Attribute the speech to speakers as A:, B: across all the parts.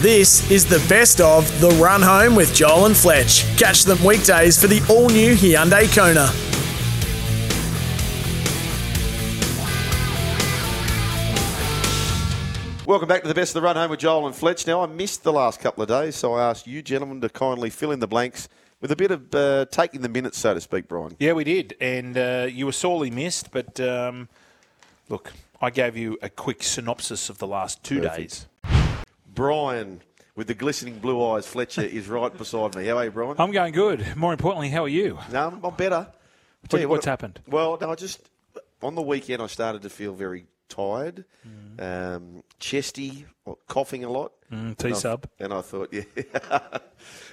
A: This is the best of The Run Home with Joel and Fletch. Catch them weekdays for the all new Hyundai Kona.
B: Welcome back to the best of the run home with Joel and Fletch. Now, I missed the last couple of days, so I asked you gentlemen to kindly fill in the blanks with a bit of uh, taking the minutes, so to speak, Brian.
C: Yeah, we did, and uh, you were sorely missed. But um, look, I gave you a quick synopsis of the last two
B: Perfect.
C: days.
B: Brian, with the glistening blue eyes, Fletcher is right beside me. How are you, Brian?
D: I'm going good. More importantly, how are you?
B: No, I'm, I'm better. I'll tell you
D: what's happened?
B: Well, no, I just on the weekend I started to feel very tired, um, chesty, or coughing a lot.
D: T Mm, sub.
B: And I thought, yeah.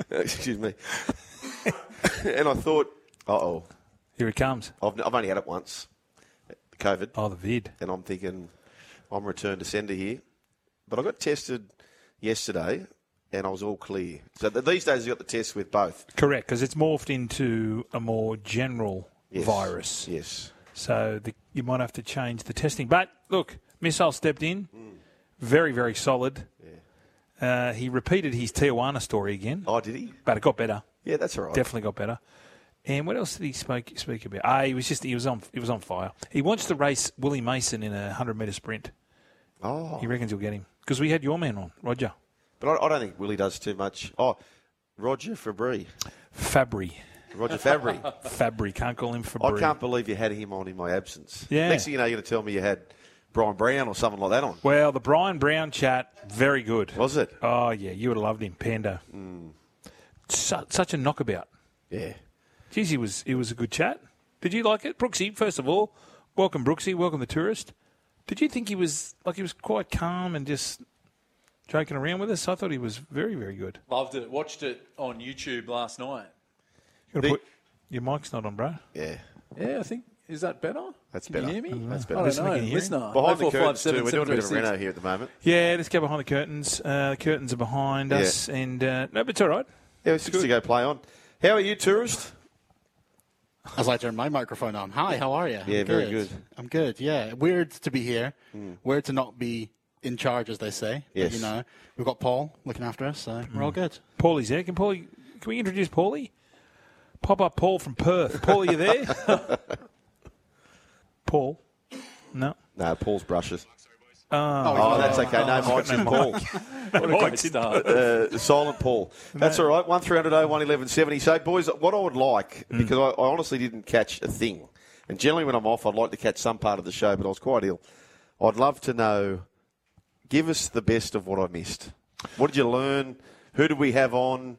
B: Excuse me. and I thought, uh oh,
D: Here it comes.
B: I've, I've only had it once, COVID.
D: Oh, the vid.
B: And I'm thinking, I'm returned to sender here. But I got tested yesterday and I was all clear. So th- these days you got the test with both.
D: Correct, because it's morphed into a more general
B: Yes.
D: virus.
B: Yes.
D: So the, you might have to change the testing. But look, Missile stepped in.
B: Mm.
D: Very, very solid. Uh, he repeated his Tijuana story again,
B: Oh, did he?
D: but it got better.
B: Yeah, that's all right.
D: Definitely got better. And what else did he speak speak about? Ah, he was just he was on he was on fire. He wants to race Willie Mason in a hundred meter sprint.
B: Oh.
D: He reckons he'll get him because we had your man on Roger
B: But I, I don't think Willie does too much. Oh, Roger Fabry.
D: Fabry.
B: Roger Fabry.
D: Fabry can't call
B: I
D: him Fabry.
B: can't believe you had him on in my absence.
D: Yeah.
B: Next thing you know, you're going to tell me you had Brian Brown or something like that on.
D: Well, the Brian Brown chat, very good.
B: Was Mm. it?
D: Oh yeah, you would have loved him, Pando. Su- such a knockabout.
B: Yeah.
D: Geez, he was it was a good chat. Did you like it, Brooksy? First of all, welcome Brooksy, welcome the tourist. Did you think he was like he was quite calm and just joking around with us? I thought he was very very good.
E: Loved it. Watched it on YouTube last night.
D: You
B: The-
D: put, your mic's not on, bro.
B: Yeah.
E: Yeah, I think is that better?
B: That's
E: Can
B: better. Mm-hmm.
E: You hear me?
B: That's better.
E: I don't
B: Listener,
E: know.
D: can you hear me?
E: Listener.
B: Behind the curtains,
E: 0457
B: too. We're doing a bit of
E: 736.
B: Reno here at the moment.
D: Yeah, let's go behind the curtains. Uh, the curtains are behind
B: Yeah.
D: us, and uh, no, but it's all right.
B: Yeah, it's good to go play on. How are you, tourist?
F: As I turn my microphone on. Hi, how are you?
B: Yeah, very good. Hmm.
F: I'm good. Yeah, weird to be here. Weird to not be in charge, as they say. But,
B: Yes.
F: you know, we've got Paul looking after us, so we're all good.
D: Paulie's there. Can Paulie? Can we introduce Paulie? Pop up Paul from Perth. Paul, are you there? Paul? No.
B: No, Paul's brushes.
F: Oh,
B: Oh, that's okay. No, Mike's in Paul.
E: What a good start.
B: Uh, silent Paul. That's all right. 1300 01 1170. So, boys, what I would like, because I, I honestly didn't catch a thing, and generally when I'm off, I'd like to catch some part of the show, but I was quite ill. I'd love to know give us the best of what I missed. What did you learn? Who did we have on?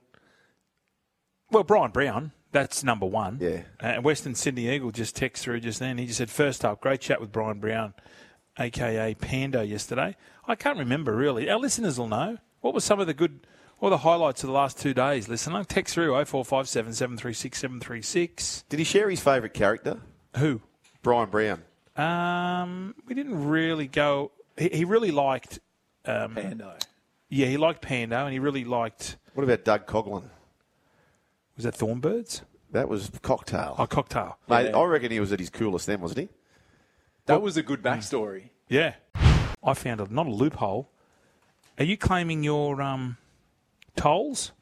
D: Well, Brian Brown, that's number one.
B: Yeah.
D: Uh, Western Sydney Eagle just texted through just then. He just said, first up, great chat with Brian Brown, aka Pando, yesterday. I can't remember really. Our listeners will know. What were some of the good, what were the highlights of the last two days? Listener, text through 0457 736 736.
B: Did he share his favourite character?
D: Who?
B: Brian Brown.
D: Um, we didn't really go. He, he really liked.
E: Pando.
D: Yeah, he liked Pando, and he really liked.
B: What about Doug Coughlin?
D: Was that Thornbirds?
B: That was Cocktail.
D: Oh, cocktail.
B: Mate, I reckon he was at his coolest then, wasn't he?
E: That was a good backstory.
D: Yeah, I found a not a loophole. Are you claiming your um, tolls?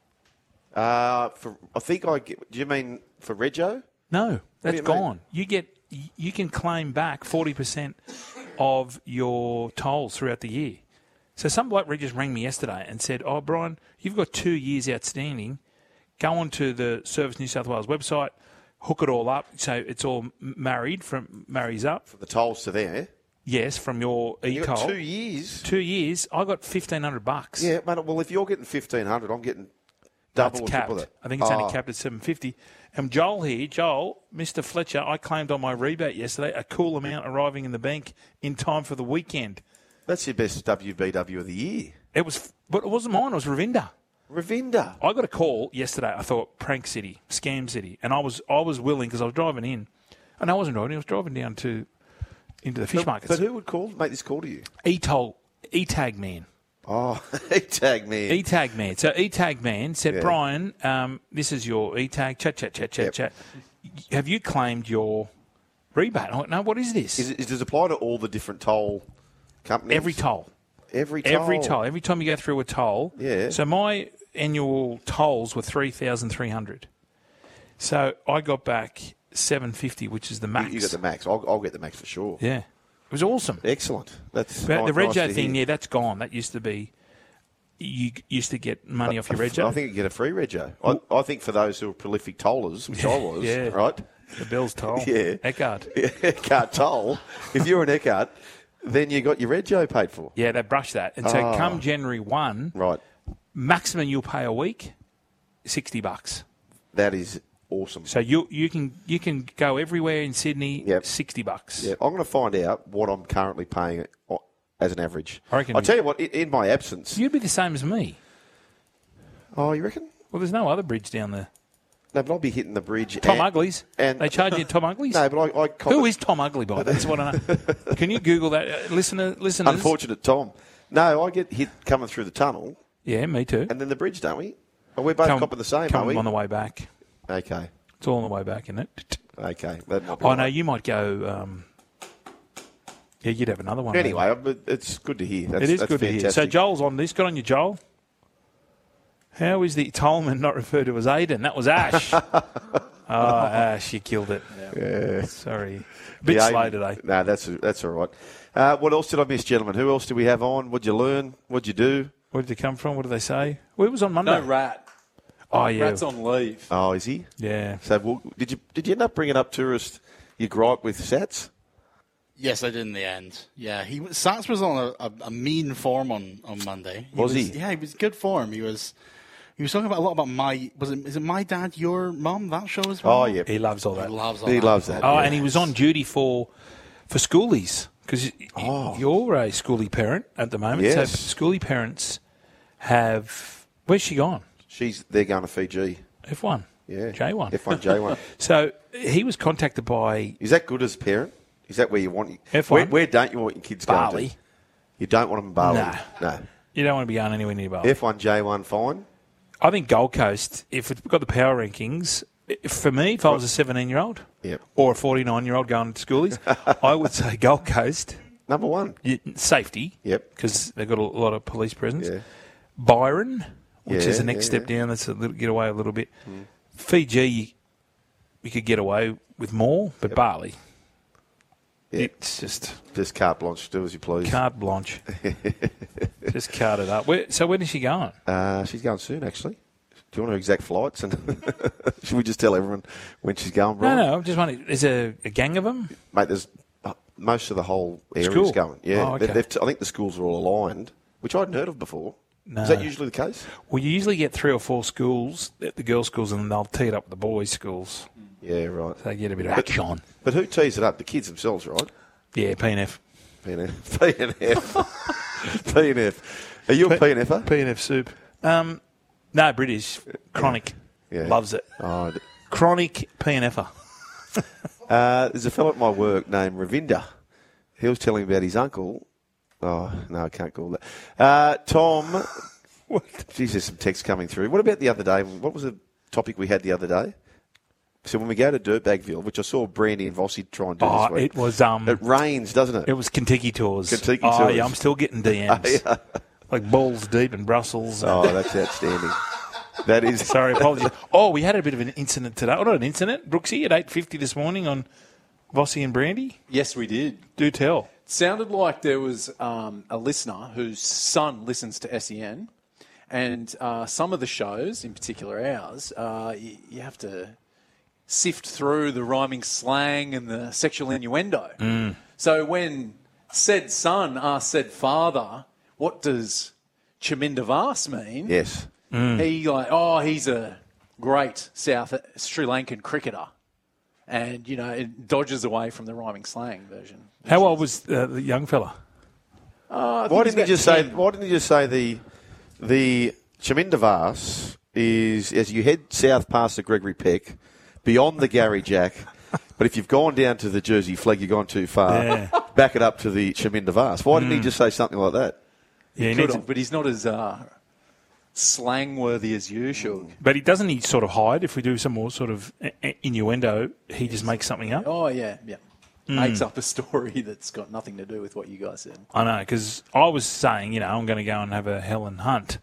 B: Uh, for, I think I. get- Do you mean for Rego?
D: No,
B: do
D: that's
B: you mean?
D: gone. You get y- you can claim back forty percent of your tolls throughout the year. So some bloke re- just rang me yesterday and said, "Oh, Brian, you've got two years outstanding. Go onto the Service New South Wales website, hook it all up, so it's all m- married from marries up.
B: The tolls to there.
D: Yes, from your e
B: You got
D: toll.
B: two years.
D: Two years, I got fifteen hundred bucks.
B: Yeah, mate. Well, if you're getting fifteen hundred, I'm getting
D: It's
B: double or
D: capped.
B: triple that.
D: I think it's
B: Oh,
D: only capped at 750. And Joel here, Joel, Mr. Fletcher, I claimed on my rebate yesterday a cool amount arriving in the bank in time for the weekend.
B: That's your best WBW of the year.
D: It was, but it wasn't mine. It was Ravinda.
B: Ravinda.
D: I got a call yesterday. I thought prank city, scam city, and I was I was willing because I was driving in, and I wasn't driving. I was driving down to into the fish markets.
B: But who would call make this call to you?
D: E-toll, E-tag man.
B: Oh, he tag me.
D: E tag man. So E tag man said,
B: Yeah.
D: Brian, um, this is your E tag. Chat, chat, chat, chat,
B: Yep.
D: chat. Have you claimed your rebate? I went, no, what is this?
B: Is it, does it apply to all the different toll companies?
D: Every toll.
B: Every toll.
D: Every toll. Every time you go through a toll.
B: Yeah.
D: So my annual tolls were three thousand three hundred. So I got back seven fifty, which is the max.
B: You got the max. I'll, I'll get the max for sure.
D: yeah. It was awesome.
B: Excellent. That's
D: But
B: ni-
D: the
B: nice
D: rego
B: to
D: thing,
B: hear.
D: yeah, that's gone. That used to be. You used to get money off your rego.
B: I think you get a free rego. I, I think for those who are prolific tollers, which I was,
D: Yeah.
B: right?
D: the bell's toll.
B: Yeah.
D: Eckhart.
B: Eckhart toll. If you're an Eckhart, then you got your rego paid for.
D: Yeah, they brushed that. And so
B: Ah.
D: come January 1,
B: Right.
D: maximum you'll pay a week, 60 bucks.
B: That is awesome.
D: So you you can you can go everywhere in Sydney,
B: Yep.
D: 60 bucks.
B: Yeah, I'm going to find out what I'm currently paying o- as an average.
D: I reckon-
B: will tell you what, i- in my absence.
D: You'd be the same as me.
B: Oh, you reckon?
D: Well, there's no other bridge down there.
B: No, but I'll be hitting the bridge.
D: Tom
B: and-
D: Uglies.
B: And,
D: they charge you Tom Uglies?
B: no, but I. I con-
D: Who is Tom Ugly, by? That's what I know. Can you Google that? Uh, listener, listeners.
B: Unfortunate Tom. No, I get hit coming through the tunnel
D: Yeah, me too.
B: and then the bridge, don't we? Well, we're both copping the same,
D: come
B: are we?
D: on the way back.
B: Okay.
D: It's all on the way back, isn't it?
B: Okay. That might be
D: Oh,
B: right.
D: no, you might go. Um, yeah, you'd have another one. maybe.
B: Anyway, but it's good to hear. That's,
D: It is
B: that's
D: good
B: fantastic.
D: to hear. So Joel's on this. Good on you, Joel. How is the Tolman not referred to as Aiden? That was Ash. oh, Ash, you killed it. Sorry. Bit
B: Yeah,
D: slow
B: I-
D: today.
B: No, that's that's all right. Uh, what else did I miss, gentlemen? Who else do we have on? What'd you learn? What'd you do?
D: Where did it come from? What did they say? Well, it was on Monday.
E: No rat.
D: oh, yeah.
E: Rat's on leave.
B: Oh, is he?
D: Yeah.
B: So well, did you did you end up bringing up tourist your gripe with Sats?
F: Yes, I did in the end. Yeah, he was- Sats was on a, a, a mean form on, on Monday.
B: Was he?
F: Yeah, he was good form. He was. He was talking about a lot about my. Was it? Is it my dad, your mum? That show as well.
B: Oh yeah,
D: He loves all
F: He
D: that.
F: loves. all
B: he
F: that.
B: loves that.
D: Oh,
B: yeah.
D: and he was on duty for for schoolies because you're a schoolie parent at the
B: Oh.
D: moment.
B: Yes.
D: So schoolie parents have. Where's she gone?
B: she's they're going to Fiji.
D: F1.
B: Yeah,
D: J1.
B: F one J one.
D: So he was contacted by
B: Is that good as a parent? Is that where you want?
D: F1?
B: Where, where don't you want your kids going?
D: Bali.
B: To? You don't want them in Bali.
D: Nah.
B: No.
D: You don't want to be going anywhere near Bali.
B: F one J one fine.
D: I think Gold Coast, if we've got the power rankings, if- for me, if I was a 17 year old
B: Yep.
D: or a 49 year old going to schoolies, I would say Gold Coast,
B: Number one.
D: y- safety,
B: Yep.
D: because they've got a lot of police presence.
B: Yeah.
D: Byron, which
B: Yeah,
D: is the next
B: yeah, Hmm.
D: step down, that's a little, get away a little bit. Fiji, you, you could get away with more, but Bali,
B: Yeah.
D: it's just
B: Just carte blanche. Do as you please.
D: carte blanche. just cart it up. Where, so, when is she going?
B: Uh, she's going soon, actually. Do you want her exact flights? And should we just tell everyone when she's going,
D: No,
B: Brian?
D: no, I'm just wondering, is there a gang of them?
B: Mate, there's uh, most of the whole area's
D: School?
B: going. Yeah,
D: Oh,
B: They-
D: okay.
B: they've t- I think the schools are all aligned, which I hadn't heard of before.
D: No.
B: Is that usually the case?
D: Well, you usually get three or four schools, at the girls' schools, and they'll tee it up with the boys' schools.
B: Yeah, right.
D: They get a bit of action.
B: But who tees it up? The kids themselves, right?
D: Yeah, PNF.
B: PNF. PNF. PNF. Are you a PNFer?
D: PNF soup. Um, no, British. Chronic.
B: Yeah.
D: Loves it.
B: Oh, d-
D: Chronic PNFer.
B: Uh, there's a fellow at my work named Ravinder. He was telling me about his uncle. Oh, no, I can't call that. Uh, Tom. what? Geez, there's some text coming through. What about the other day? What was the topic we had the other day? So when we go to Dirtbagville, which I saw Brandy and Vossi try and do
D: Oh,
B: this week.
D: it was, um,
B: It rains, doesn't it?
D: It was Kentucky Tours.
B: Kentucky
D: oh,
B: Tours.
D: yeah, I'm still getting DMs. Like balls deep in Brussels.
B: Oh, that's outstanding. that is.
D: Sorry, apologies. Oh, we had a bit of an incident today. Oh, not an incident. Brooksy at 8.50 this morning on Vossi and Brandy.
E: Yes, we did.
D: Do tell.
E: sounded like there was um, a listener whose son listens to SEN, and uh, some of the shows, in particular ours, uh, you, you have to sift through the rhyming slang and the sexual innuendo.
B: Mm.
E: So when said son asked said father, "What does Chaminda Vas mean?"
B: Yes.
E: He like, oh, he's a great South Sri Lankan cricketer, and you know it dodges away from the rhyming slang version.
D: How old was uh, the young fella?
B: Why didn't he
E: he's
B: just
E: got
B: say?
E: 10.
B: Why didn't he just say the the Chamindavas is as you head south past the Gregory Peck, beyond the Gary Jack, but if you've gone down to the Jersey flag, you've gone too far.
D: Yeah.
B: Back it up to the Chamindavas. Why didn't he just say something like that?
D: Yeah, he
E: Good
D: needs
E: on, but he's not as uh, slang worthy as you, Shug.
D: But he doesn't he sort of hide if we do some more sort of i- i- innuendo. He just makes something up.
E: Oh yeah, yeah. makes up a story that's got nothing to do with what you guys said.
D: I know, because I was saying, you know, I'm going to go and have a Helen Hunt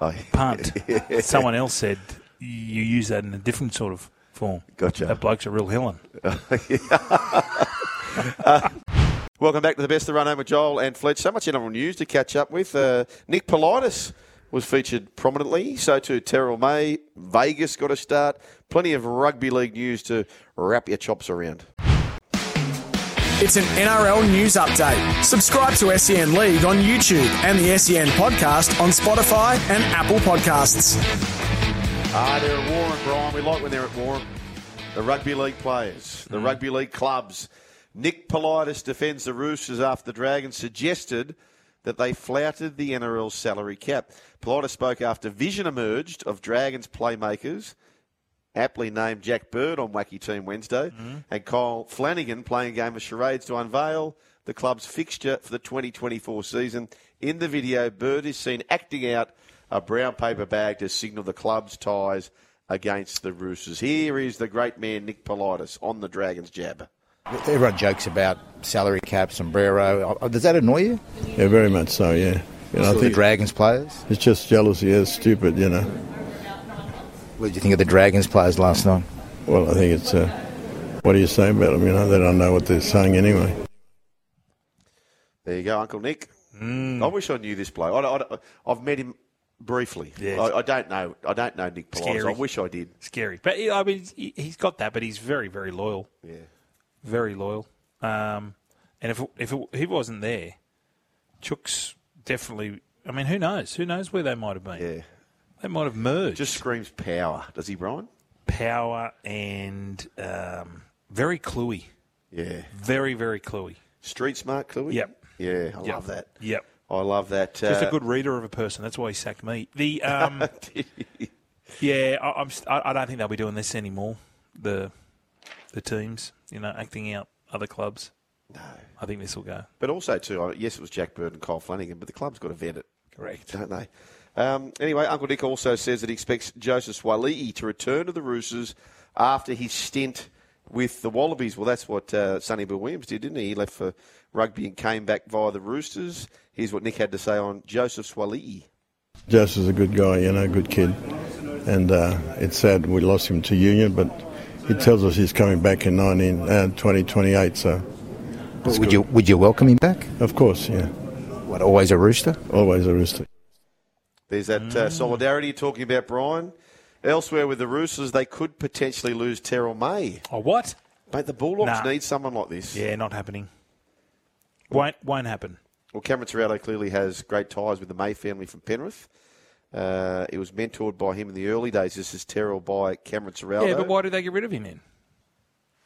B: I
D: punt. Someone else said you use that in a different sort of form.
B: Gotcha.
D: That bloke's a real Helen.
B: Welcome back to the best of run home with Joel and Fletch. So much NRL news to catch up with. Uh, Nick Politis was featured prominently. So too Terrell May. Vegas got a start. Plenty of rugby league news to wrap your chops around.
A: It's an NRL news update. Subscribe to SEN League on YouTube and the SEN podcast on Spotify and Apple Podcasts.
B: Ah, they're at Warren, Brian. We like when they're at Warren. The rugby league players, the rugby league clubs. Nick Politis defends the Roosters after the Dragons suggested that they flouted the NRL salary cap. Politis spoke after vision emerged of Dragons playmakers, aptly named Jack Bird on Wacky Team Wednesday, and Kyle Flanagan playing a game of charades to unveil the club's fixture for the 2024 season. In the video, Bird is seen acting out a brown paper bag to signal the club's ties against the Roosters. Here is the great man Nick Politis on the Dragons jab.
G: Everyone jokes about salary cap, sombrero. Uh, Does that annoy you?
H: Yeah, very much so, yeah. You know, I
G: the
H: think
G: Dragons players?
H: it's just jealousy. It's stupid, you know.
G: What did you think of the Dragons players last night?
H: Well, I think it's, uh, what do you say about them, you know? They don't know what they're saying anyway.
B: There you go, Uncle Nick. I wish I knew this bloke. I, have met him briefly. I, I don't know. I don't know Nick Politis.
D: Scary.
B: I wish I did.
D: Scary. But, yeah, I mean, he- he's got that, but he's very, very loyal.
B: Yeah.
D: Very loyal. Um, and if, if, it, if he wasn't there, Chooks definitely. I mean, who knows? Who knows where they might have been?
B: Yeah.
D: They might have merged.
B: Just screams power, does he, Brian?
D: power and um, very cluey.
B: Yeah.
D: Very, very cluey.
B: Street smart, Chloe?
D: Yep.
B: Yeah, I love that.
D: Yep.
B: I love that. uh,
D: Just a good reader of a person. That's why he sacked me. The um, yeah, I, I'm. st- I, I don't think they'll be doing this anymore. The the teams, you know, acting out other clubs. No, I think this will go
B: But also, too, I- yes, it was Jack Bird and Kyle Flanagan, but the club's got to vet it,
D: correct.
B: don't they? Um, anyway, Uncle Nick also says that he expects Joseph Swali'i to return to the Roosters after his stint with the Wallabies. Well, that's what uh, Sonny Bill Williams did, didn't he? He left for rugby and came back via the Roosters. Here's what Nick had to say on Joseph Swali'i.
H: Josh is a good guy, you know, good kid. And uh, it's sad we lost him to Union, but he tells us he's coming back in 19, uh, 2028, so
G: Would you, would you welcome him back?
H: of course, yeah,
G: What, always a rooster?
H: always a rooster.
B: There's that
D: Mm.
B: uh, solidarity you're talking about, Brian. Elsewhere with the Roosters, they could potentially lose Terrell May.
D: Oh, what?
B: Mate, the Bulldogs
D: Nah.
B: need someone like this.
D: Yeah, not happening. Won't won't happen.
B: Well, Cameron Serrato clearly has great ties with the May family from Penrith. Uh, it was mentored by him in the early days. This is Terrell by Cameron Serrato.
D: Yeah, but why did they get rid of him then?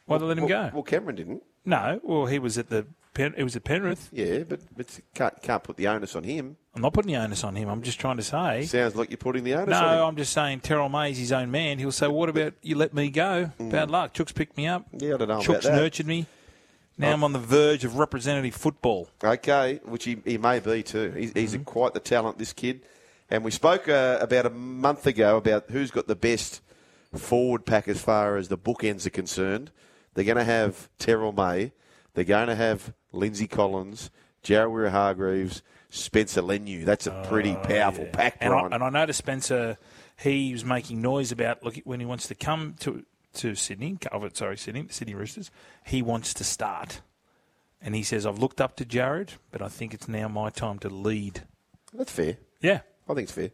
D: Why did they let him
B: Well,
D: go?
B: well, Cameron didn't.
D: no, well he was at the Pen, it was at Penrith.
B: Yeah, but, but can't, can't put the onus on him.
D: I'm not putting the onus on him. I'm just trying to say
B: Sounds like you're putting the onus on him.
D: No, I'm just saying Terrell May's his own man. He'll say, "What about you? Let me go. Bad luck. Chooks picked me up.
B: Mm. Yeah, I don't know about
D: Chooks
B: that.
D: nurtured me. Now I'm on the verge of representative football.
B: Okay, which he, he may be too. He's, he's
D: Mm-hmm.
B: quite the talent, this kid. And we spoke uh, about a month ago about who's got the best forward pack as far as the bookends are concerned. They're going to have Terrell May. They're going to have Lindsay Collins, Jarrod Weir Hargreaves, Spencer Lenu. That's a pretty powerful pack,
D: Oh, And I,
B: Brian.
D: and I noticed Spencer, he was making noise about look when he wants to come to to Sydney. oh, Sorry, Sydney, Sydney Roosters. He wants to start, and he says, "I've looked up to Jared, but I think it's now my time to lead."
B: That's fair.
D: Yeah,
B: I think it's fair.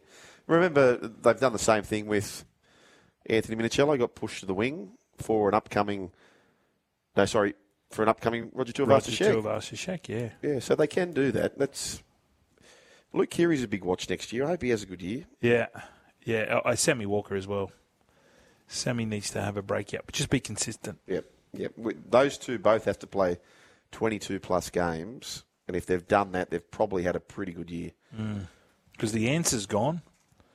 B: Remember, they've done the same thing with Anthony Minicello. Got pushed to the wing for an upcoming. No, sorry, for an upcoming Roger
D: Roger
B: Tuivasa-Sheck.
D: Tuivasa-Sheck. Yeah,
B: Yeah, so they can do that. That's Luke Keary's a big watch next year. I hope he has a good year.
D: Yeah, yeah. I, I Sammy Walker as well. Sammy needs to have a breakout, but just be consistent.
B: Yep, yep. We- Those two both have to play twenty-two plus games, and if they've done that, they've probably had a pretty good year.
D: Because the answer's gone.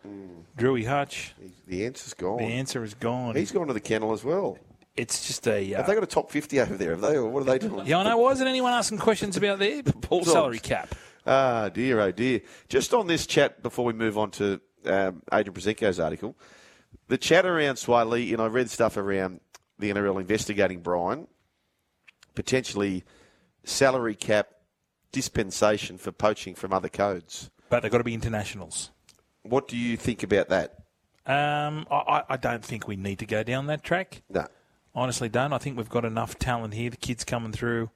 B: Mm.
D: Drewy Hutch,
B: The answer's gone.
D: the answer is gone.
B: He's gone to the kennel as well.
D: it's just a. Uh,
B: Have they got a top fifty over there? Have they? Or what are they doing?
D: yeah, I know. Why isn't anyone asking questions about their
B: Bulldogs.
D: salary cap?
B: Ah, dear, oh dear. Just on this chat before we move on to um, Adrian Brazenko's article, the chat around Swaley, and I read stuff around the NRL investigating Brian, potentially salary cap dispensation for poaching from other codes.
D: But they've got to be internationals.
B: What do you think about that?
D: Um, I, I- I don't think we need to go down that track.
B: No.
D: Honestly, don't. I think we've got enough talent here. The kids coming through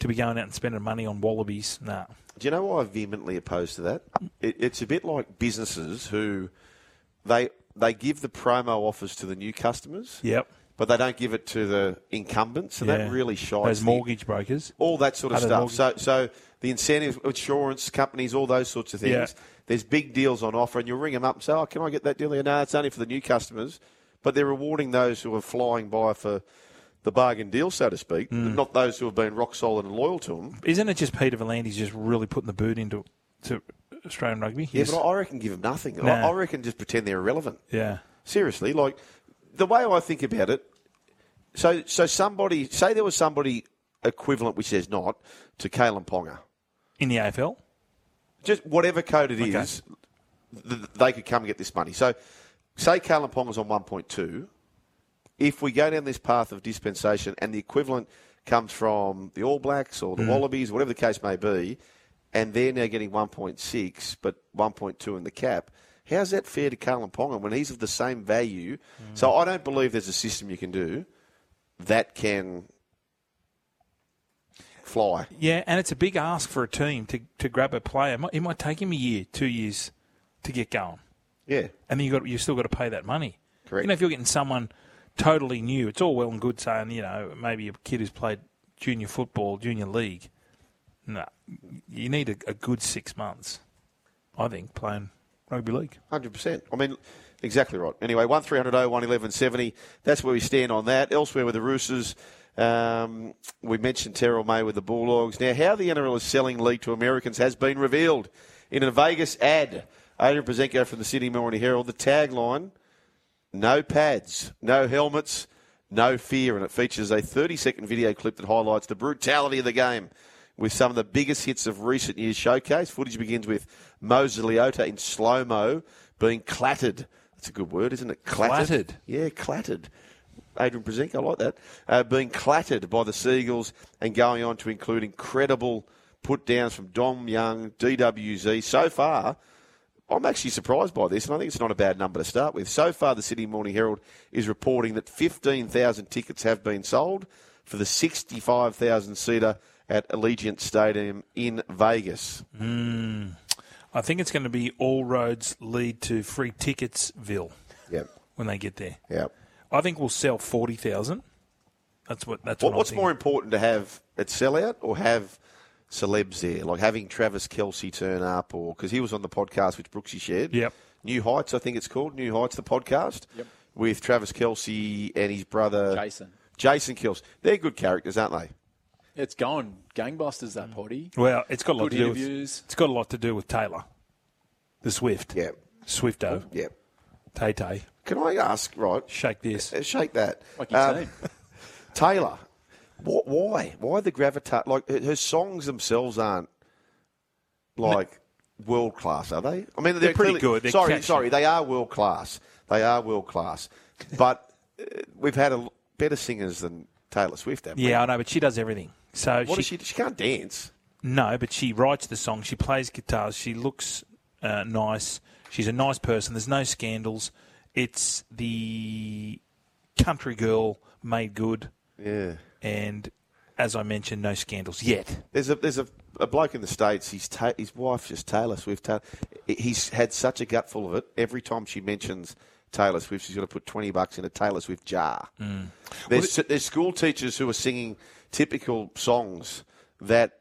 D: to be going out and spending money on wallabies. Nah.
B: Do you know why I'm vehemently opposed to that? It, it's a bit like businesses who they they give the promo offers to the new customers,
D: Yep.
B: but they don't give it to the incumbents, and
D: Yeah.
B: that really shies
D: Those
B: the-
D: mortgage brokers.
B: all that sort of
D: Other
B: stuff. So so the incentives, insurance companies, all those sorts of things.
D: Yeah.
B: There's big deals on offer, and you'll ring them up and say, "Oh, can I get that deal?" They go, No, it's only for the new customers, but they're rewarding those who are flying by for the bargain deal, so to speak,
D: Hmm.
B: not those who have been rock solid and loyal to them.
D: Isn't it just Peter Valandy's just really putting the boot into to Australian rugby?
B: Yeah,
D: Yes.
B: but I reckon give them nothing. I-
D: Nah.
B: I reckon just pretend they're irrelevant.
D: yeah.
B: Seriously, like the way I think about it. So, so somebody say there was somebody equivalent, which there's not, to Kalen Ponga.
D: In the AFL?
B: Just whatever code it is,
D: Okay.
B: th- th- they could come and get this money. So, say Kalen Ponga's on one point two. If we go down this path of dispensation, and the equivalent comes from the All Blacks or the Wallabies, whatever the case may be, and they're now getting one point six, but one point two in the cap. How's that fair to Kalen Ponga when he's of the same value? So I don't believe there's a system you can do that can fly.
D: Yeah, and it's a big ask for a team to, to grab a player. It might, it might take him a year, two years to get going.
B: Yeah.
D: and then you got you still got to pay that money.
B: Correct.
D: You know, if you're getting someone totally new, it's all well and good saying you know maybe a kid who's played junior football, junior league. No, you need a, a good six months, I think, playing rugby league.
B: Hundred percent. I mean, exactly right. Anyway, one 1170 That's where we stand on that. Elsewhere with the Roosters, um, we mentioned Terrell May with the Bulldogs. Now, how the NRL is selling league to Americans has been revealed in a Vegas ad. Adrian Prezenko from the Sydney Morning Herald. The tagline: "No pads, no helmets, no fear," and it features a 30-second video clip that highlights the brutality of the game. With some of the biggest hits of recent years showcase, footage begins with Moses Leota in slow mo being clattered. That's a good word, isn't it?
D: Clattered.
B: Yeah, clattered. Adrian Brzezinski, I like that. Uh, being clattered by the Seagulls and going on to include incredible put downs from Dom Young, DWZ. So far, I'm actually surprised by this, and I think it's not a bad number to start with. So far, the Sydney Morning Herald is reporting that 15,000 tickets have been sold for the 65,000 seater at Allegiant Stadium in Vegas.
D: I think it's going to be all roads lead to free ticketsville
B: Yep.
D: when they get there.
B: Yep.
D: I think we'll sell forty thousand. That's what. That's what.
B: What,
D: I'm
B: what's
D: thinking.
B: more important to have at sellout or have celebs there? Like having Travis Kelsey turn up, or because he was on the podcast which Brooksy shared.
D: Yep.
B: New Heights, I think it's called New Heights, the podcast. Yep. With Travis Kelsey and his brother
E: Jason.
B: Jason Kelsey. They're good characters, aren't they?
E: It's going gangbusters, that potty.
D: Well, it's got a lot
E: Good
D: to do with.
E: interviews.
D: It's got a lot to do with Taylor, the Swift.
B: Yeah. Oh.
D: Swifto.
B: Yeah.
D: Tay Tay.
B: Can I ask? Right.
D: Shake this.
B: Uh, Shake that.
E: Like you
B: Um,
E: say.
B: Taylor. Wh- why? Why the gravitas? Like her, her songs themselves aren't like world class, are they? I mean, they're,
D: pretty
B: clearly-
D: good. They're
B: sorry,
D: catchy.
B: sorry, they are world class. They are world class. But uh, we've had a, l- better singers than Taylor Swift. Haven't
D: Yeah, I know, but she does everything. So
B: We? What
D: she,
B: does she? She can't dance.
D: no, but she writes the song. She plays guitars. She looks uh, nice. She's a nice person. There's no scandals. It's the country girl made good,
B: Yeah.
D: and as I mentioned, no scandals yet.
B: There's a there's a, a bloke in the states. His ta- his wife's just Taylor Swift. Taylor, he's had such a gutful of it. Every time she mentions Taylor Swift, she's got to put twenty bucks in a Taylor Swift jar. There's there's school teachers who are singing typical songs that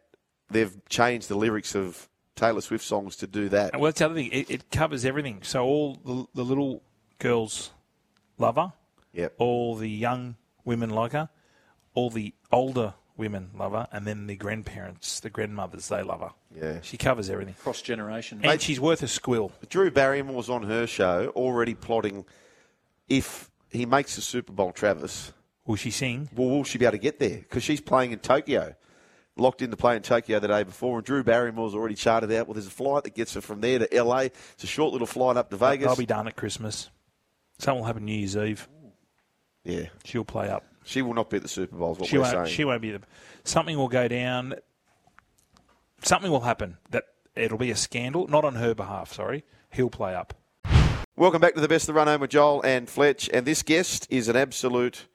B: they've changed the lyrics of Taylor Swift songs to do that.
D: Well, that's the other thing. It, it covers everything. So all the, the little girls love her.
B: Yep.
D: All the young women like her. All the older women love her, and then the grandparents, the grandmothers, they love her.
B: Yeah.
D: She covers everything.
E: Cross generation.
D: And she's worth a squill.
B: Drew Barrymore's on her show already plotting if he makes the Super Bowl, Travis.
D: Will she sing?
B: well, will she be able to get there? Because she's playing in Tokyo, locked in to play in Tokyo the day before. And Drew Barrymore's already charted out. Well, there's a flight that gets her from there to LA. It's a short little flight up to Vegas.
D: I'll be done at Christmas. Something will happen New Year's Eve.
B: yeah,
D: She'll play up.
B: She will not be at the Super Bowl. Is what
D: She
B: we're
D: won't.
B: saying.
D: She won't be the. Something will go down. Something will happen that it'll be a scandal. Not on her behalf. Sorry, he'll play up.
B: Welcome back to the best of the run home with Joel and Fletch. And this guest is an absolute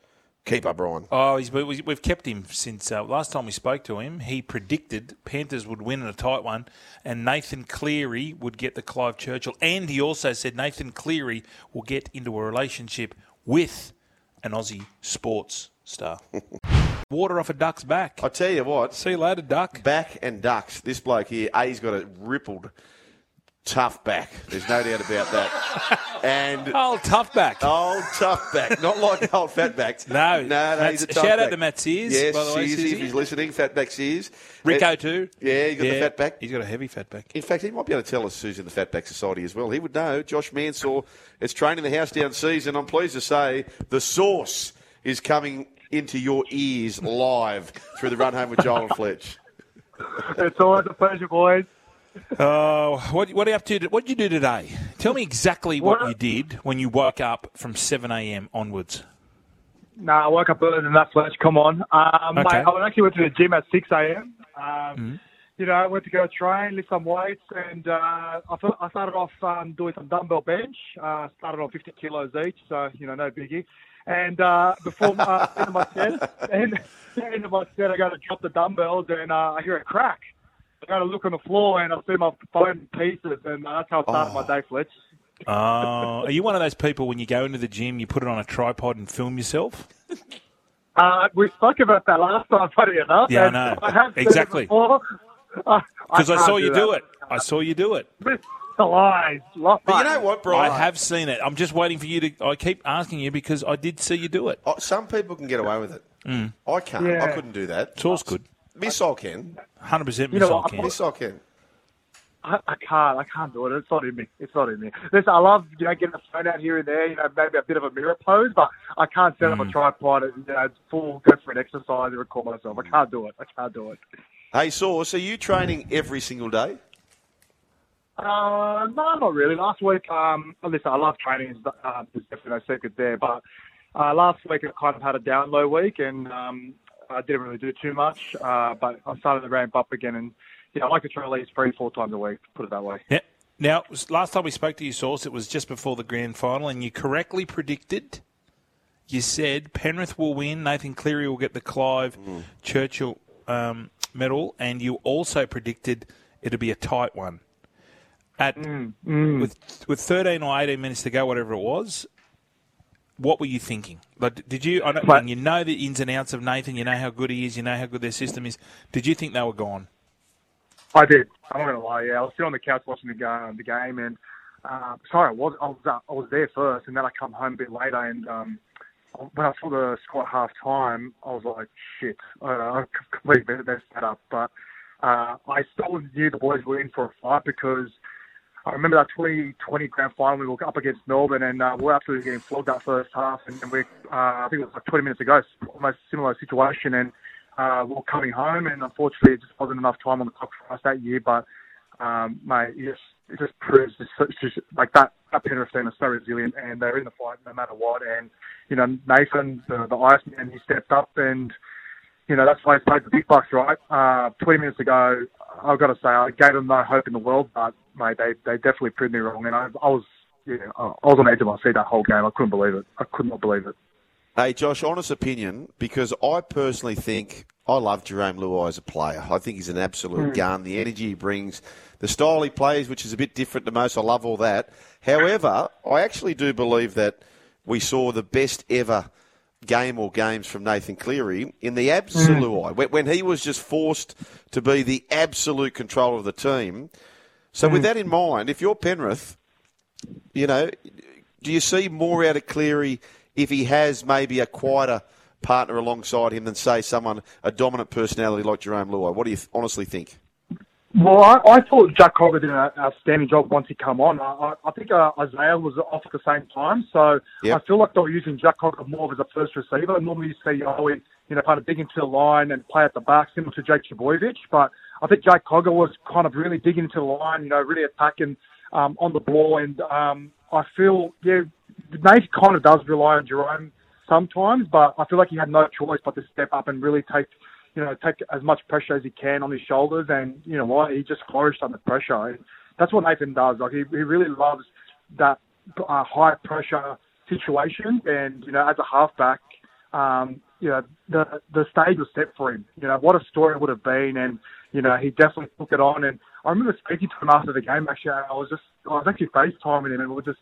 B: keeper, Brian.
D: Oh, he's, we- we- we've kept him since uh, last time we spoke to him. He predicted Panthers would win in a tight one, and Nathan Cleary would get the Clive Churchill. And he also said Nathan Cleary will get into a relationship with an Aussie sports star. Water off a duck's back.
B: I tell you what,
D: See you later, duck.
B: back and ducks. This bloke here, A, he's got a rippled, tough back. There's no doubt about that. And
D: Oh, tough back.
B: old tough back, not like old fat back.
D: No,
B: no, no he's
D: Matt's-
B: a tough
D: shout out
B: back.
D: to Matt Sears,
B: Yes,
D: by the way,
B: Sears,
D: Searsy.
B: if he's listening, fat back Sears.
D: Rico
B: Uh,
D: too.
B: Yeah, he got the fat back.
D: He's got a heavy fat back.
B: In fact, he might be able to tell us who's in the Fatback Society as well. He would know. Josh Mansour is training the house down season. I'm pleased to say the source is coming into your ears live through the run home with Joel and Fletch.
I: It's always a pleasure, boys.
D: Oh, what what are you up to? What did you do today? Tell me exactly what, you did when you woke up from seven a.m. onwards.
I: No, I woke up earlier than that, Fletch. Come on. Um,
D: Okay.
I: mate, I actually went to the gym at 6 a.m. Um, You know, I went to go train, lift some weights, and uh, I, thought, I started off um, doing some dumbbell bench. Uh, started on 50 kilos each, so, you know, no biggie. And uh, before uh, the end of my set, end, end of my set, I go to drop the dumbbells, and uh, I hear a crack. I go to look on the floor, and I see my phone in pieces, and uh, that's how I started my day, Fletch.
D: Oh, are you one of those people when you go into the gym, you put it on a tripod and film yourself?
I: Uh, we spoke about that last time, funny enough.
D: Yeah, I
I: and
D: know.
I: have said it
D: Exactly.
I: before. I-
D: Because I,
I: can't
D: saw you do
I: that.
D: it. I saw you do it.
I: The lies. But
B: But you know what, Brian?
D: I have seen it. I'm just waiting for you to. I keep asking you because I did see you do it.
B: Oh, Some people can get away with it.
D: Mm.
B: I can't. I
I: Yeah.
B: couldn't do that.
D: It's all good.
B: Miss I can.
D: Hundred percent,
I: know
D: Miss
I: what,
D: Alkin.
B: Miss I can.
I: I, I can't. I can't do it. It's not in me. It's not in me. Listen, I love you know getting the phone out here and there. You know, maybe a bit of a mirror pose, but I can't set
D: Mm.
I: up a tripod and you know, full go for an exercise and record myself. I can't do it. I can't do it.
B: Hey, Source, are you training every single day?
I: Uh, no, not really. Last week, um, listen, I love training. Uh, there's definitely no secret there. But uh, last week, I kind of had a down low week, and um, I didn't really do too much. Uh, but I'm starting to ramp up again, and yeah, I like to try at least three, four times a week. Put it that way.
D: Yeah. Now, it was- last time we spoke to you, Source, it was just before the grand final, and you correctly predicted. You said Penrith will win, Nathan Cleary will get the Clive Churchill um, medal, and you also predicted it'll be a tight one. At with with thirteen or eighteen minutes to go, whatever it was, what were you thinking? Like, did you? I don't,
I: Right.
D: and you know the ins and outs of Nathan. You know how good he is. You know how good their system is. Did you think they were gone?
I: I did. I'm not gonna lie. Yeah, I was sitting on the couch watching the game, the game, and uh, sorry, I was I was, uh, I was there first, and then I come home a bit later, and um, when I saw the score at half time, I was like, shit, I, I completely messed that up. But uh, I still knew the boys were in for a fight because I remember that 2020 grand final we were up against Melbourne and uh, we were absolutely getting flogged that first half. And, and we, uh, I think it was like 20 minutes ago, almost similar situation. And uh, we were coming home, and unfortunately, it just wasn't enough time on the clock for us that year. But um, mate, it just, it just proves it's such, just, like that that Penrith team is so resilient, and they're in the fight no matter what. And you know, Nathan, the, the Iceman, he stepped up and you know, that's why I played the big bucks, right? Uh, 20 minutes ago, I've got to say, I gave them no hope in the world, but, mate, they, they definitely proved me wrong. And I, I was, yeah, I I was on the edge of my seat that whole game. I couldn't believe it. I could not believe it.
B: Hey, Josh, honest opinion, because I personally think I love Jerome Luai as a player. I think he's an absolute gun. The energy he brings, the style he plays, which is a bit different to most, I love all that. However, I actually do believe that we saw the best ever game or games from Nathan Cleary in the absolute when, when he was just forced to be the absolute control of the team. So, with that in mind, if you're Penrith, you know, do you see more out of Cleary if he has maybe a quieter partner alongside him than say someone a dominant personality like Jerome Luai? What do you th- honestly think?
I: Well, I, I thought Jack Corbett did an outstanding job once he come on. I, I, I think uh, Isaiah was off at the same time, so
B: Yep.
I: I feel like they were using Jack Corbett more as a first receiver. Normally, you see Owen, you know, kind of dig into the line and play at the back, similar to Jake Chaboyevich. But I think Jake Cogger was kind of really digging into the line, you know, really attacking um, on the ball. And um, I feel, yeah, Nate kind of does rely on Jerome sometimes, but I feel like he had no choice but to step up and really take, you know, take as much pressure as he can on his shoulders. And you know what? He just flourished under pressure. And that's what Nathan does. Like he, he really loves that uh, high pressure situation. And you know, as a halfback, um, you know, the the stage was set for him. You know, what a story it would have been, and you know, he definitely took it on. And I remember speaking to him after the game. Actually, I was just I was actually FaceTiming him, and we were just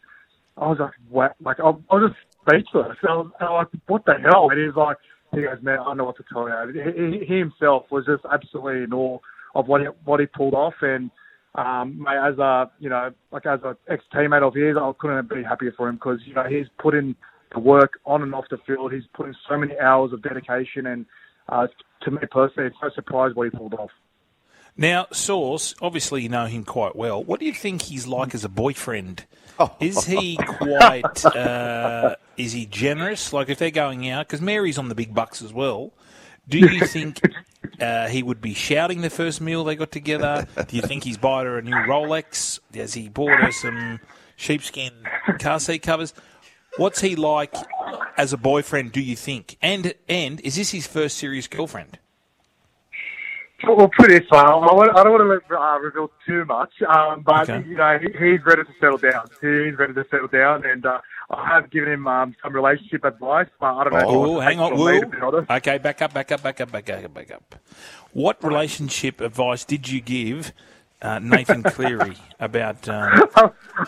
I: I was like, what? Like I, I was just speechless. And I was, and I was like, what the hell? And he was like, he goes, man, I don't know what to tell you. He, he himself was just absolutely in awe of what he, what he pulled off, and um, mate, as a you know, like as an ex teammate of his, I couldn't have been happier for him because you know he's put in the work on and off the field. He's put in so many hours of dedication, and uh, to me personally, it's no surprise what he pulled off.
D: Now, Source, obviously you know him quite well. What do you think he's like as a boyfriend? Is he quite? Uh, is he generous? Like if they're going out, because Mary's on the big bucks as well. Do you think uh, he would be shouting the first meal they got together? Do you think he's buying her a new Rolex? Has he bought her some sheepskin car seat covers? What's he like as a boyfriend? Do you think? And and is this his first serious girlfriend?
I: Well, put it this way, I want- I don't want to uh, reveal too much, um, but
D: Okay.
I: you know he, he's ready to settle down. He's ready to settle down, and uh, I have given him um, some relationship advice, but I don't know. if he
D: Oh,
I: wants to
D: hang
I: take
D: on,
I: it or leave it,
D: Will.
I: to be honest.
D: Okay, back up, back up, back up, back up, back up. What relationship advice did you give uh, Nathan Cleary about? Um,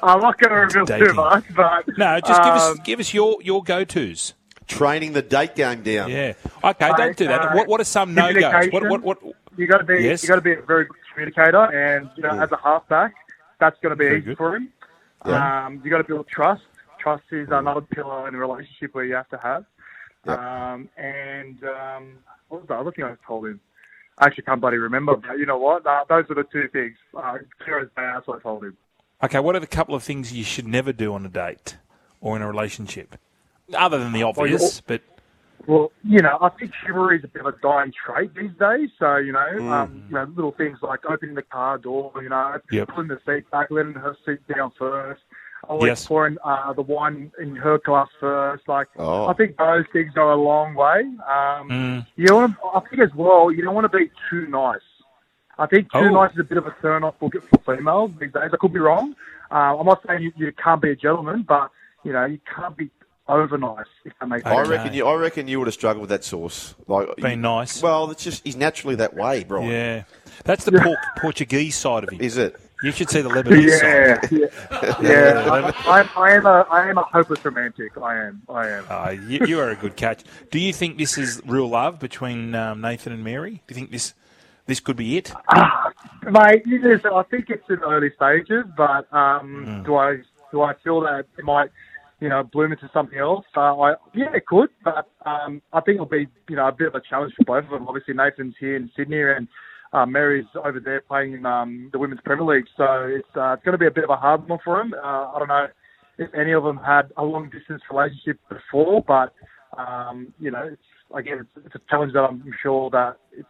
I: I'm not going to reveal too
D: Dating.
I: much, but
D: no, just give us
I: um,
D: give us your your go tos.
B: Training the date game down.
D: Yeah. Okay, don't do that.
I: uh,
D: What what are some no goes? What what what?
I: you got to be
D: Yes.
I: you got to be a very good communicator, and you know, as a halfback, that's going to be easy for him. Um, you got to build trust. Trust is another pillar in a relationship where you have to have. Um, and um, what was the other thing I told him? I actually can't bloody remember, but you know what? Uh, those are the two things. Uh, clear as day, that's what I told him.
D: Okay, what are the couple of things you should never do on a date or in a relationship, other than the obvious? But
I: Well, you know, I think chivalry is a bit of a dying trait these days. So, you know, um, you know little things like opening the car door, you know,
D: Yep.
I: pulling the seat back, letting her sit down first, always
D: Yes.
I: pouring uh, the wine in her glass first. Like,
B: Oh.
I: I think those things go a long way. Um, You want, to, I think as well, you don't want to be too nice. I think too
D: Oh.
I: nice is a bit of a turn off for, for females these days. I could be wrong. Uh, I'm not saying you, you can't be a gentleman, but you know, you can't be over nice if that makes
B: I
I: sense.
B: reckon you. I reckon you would have struggled with that source. Like
D: Being nice.
B: Well, it's just he's naturally that way, Brian.
D: yeah, that's the por- Portuguese side of him.
B: Is it?
D: You should see the Lebanese side.
I: Yeah, yeah, yeah. I, I, I am a, I am a hopeless romantic. I am, I am.
D: Uh, you, you are a good catch. Do you think this is real love between um, Nathan and Mary? Do you think this this could be it?
I: Mate, you just, I think it's in early stages, but um, do I do I feel that it might, you know, bloom into something else? Uh, I yeah, it could, but um, I think it'll be you know a bit of a challenge for both of them. Obviously, Nathan's here in Sydney, and uh, Mary's over there playing in um, the Women's Premier League, so it's uh, it's going to be a bit of a hard one for him. Uh, I don't know if any of them had a long distance relationship before, but um, you know, it's, again, it's, it's a challenge that I'm sure that it's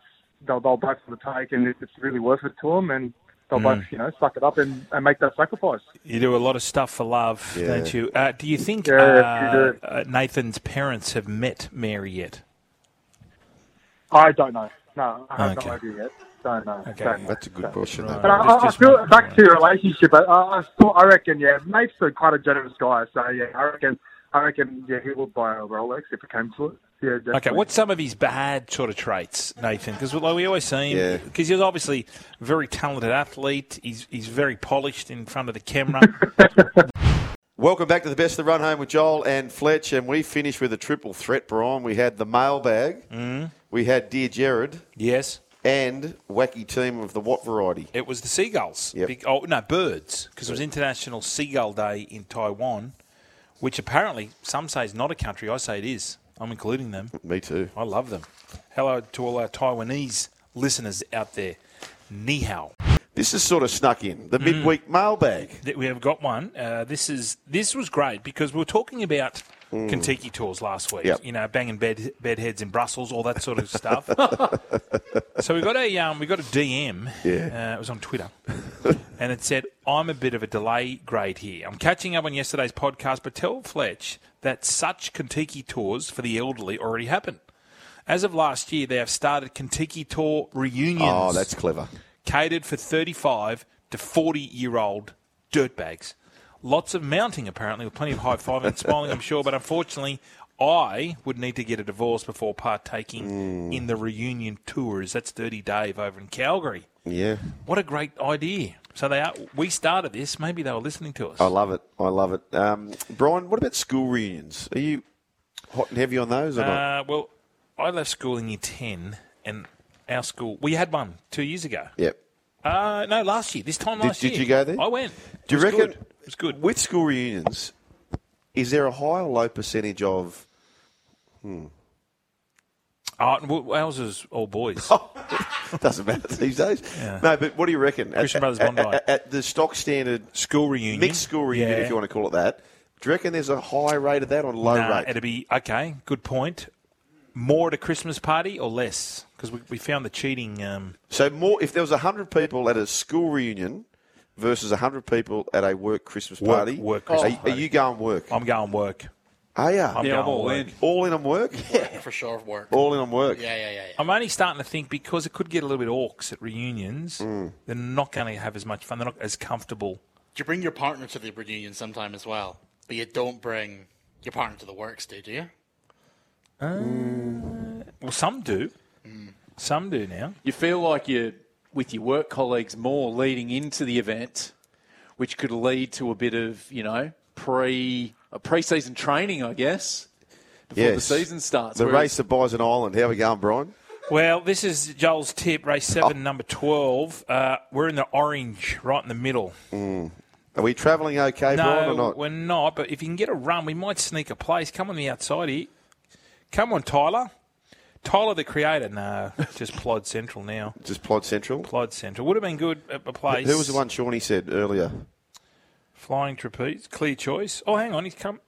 I: they'll, they'll both sort of take, and it, it's really worth it to them, and they'll both
D: Mm.
I: you know suck it up and, and make that sacrifice.
D: You do a lot of stuff for love, don't you? Uh, do you think
I: Yeah,
D: uh,
I: you do.
D: uh, Nathan's parents have met Mary yet?
I: I don't know. No, I have
D: Okay.
I: no idea yet. Don't know.
D: Okay.
I: Don't know.
B: That's a good question. though.
I: But I,
D: Just-
I: I, I
D: just
I: feel
D: one-
I: back to your relationship. I, I, I still, I reckon, yeah, Nate's a quite a generous guy. So yeah, I reckon, I reckon, yeah, he would buy a Rolex if it came to it. Yeah, definitely.
D: Okay, what's some of his bad sort of traits, Nathan? Because like, we always see him,
B: Yeah.
D: because he's obviously a very talented athlete. He's, he's very polished in front of the camera.
B: Welcome back to the best of the run home with Joel and Fletch, and we finish with a triple threat, Brian. We had the mailbag,
D: Mm.
B: we had Dear Jared,
D: yes,
B: and Wacky Team of the What variety.
D: it was the seagulls.
B: Yep.
D: Big- oh, no, birds, because it was International Seagull Day in Taiwan, which apparently some say is not a country. I say it is. I'm including them.
B: Me too.
D: I love them. Hello to all our Taiwanese listeners out there. Ni hao.
B: This is sort of snuck in
D: Hmm.
B: the midweek mailbag.
D: that we have got one. Uh, this is this was great because we were talking about Kentucky tours last week.
B: Mm. Yep.
D: You know, banging bed bedheads in Brussels, all that sort of stuff. so we got a um, we got a DM.
B: Yeah.
D: uh, it was on Twitter, and it said, "I'm a bit of a delay grade here. I'm catching up on yesterday's podcast, but tell Fletch." that such Kentucky tours for the elderly already happen. As of last year, they have started Kentucky tour reunions
B: Oh, that's clever.
D: catered for 35 to 40 year old dirtbags. Lots of mounting, apparently, with plenty of high five and smiling, I'm sure, but unfortunately, I would need to get a divorce before partaking in the reunion tours. That's Dirty Dave over in Calgary.
B: Yeah.
D: What a great idea. So they are, we started this. Maybe they were listening to us.
B: I love it. I love it. Um, Brian, what about school reunions? Are you hot and heavy on those or not?
D: Uh, well, I left school in year 10, and our school, we had one two years ago.
B: Yep.
D: Uh, no, last year. This time
B: Did-
D: last
B: did
D: year.
B: you go there?
D: I went.
B: Do
D: It
B: you
D: was
B: reckon
D: Good. It was good.
B: with school reunions? Is there a high or low percentage of?
D: Oh, well, ours is all boys.
B: Oh, Doesn't matter these days. No, but what do you reckon? At-
D: Christian Brothers
B: at,
D: Bondi.
B: at- at the stock standard
D: School reunion.
B: mixed school reunion,
D: Yeah.
B: if you want to call it that. Do you reckon there's a high rate of that or low
D: Nah,
B: rate?
D: it'd be okay. Good point. More at a Christmas party or less? Because we, we found the cheating. Um,
B: So more if there was hundred people at a school reunion versus hundred people at a work Christmas
D: Work-
B: party,
D: work
B: are-
D: Christmas
B: are,
D: party.
B: you going work?
D: I'm going work.
B: Are you?
D: I'm
E: Yeah,
D: going
E: I'm all
D: work.
E: in.
B: All in on work.
F: for sure of work.
B: All in on work.
F: Yeah, yeah, yeah. yeah.
D: I'm only starting to think because it could get a little bit orcs at reunions.
B: Mm.
D: They're not going to have as much fun. They're not as comfortable.
F: Do you bring your partner to the reunion sometime as well? But you don't bring your partner to the works, do you?
D: Well, some do.
B: Mm.
D: Some do now.
E: You feel like you're with your work colleagues more leading into the event, which could lead to a bit of, you know, pre a pre-season training, I guess, before the
B: Yes.
E: season starts.
B: The
E: whereas-
B: race that buys an island. How we going, Brian?
D: Well, this is Joel's tip, race
B: Oh.
D: seven, number 12. Uh, we're in the orange, right in the middle.
B: Are we travelling okay, Brian,
D: No,
B: or not?
D: we're not. But if you can get a run, we might sneak a place. Come on the outside here. Come on, Tyler. Tyler, the creator. No, just Plod Central now.
B: Just Plod Central.
D: Plod Central would have been good at a place.
B: Who was the one Shawnee said earlier?
D: Flying trapeze, clear choice. Oh, hang on, he's come.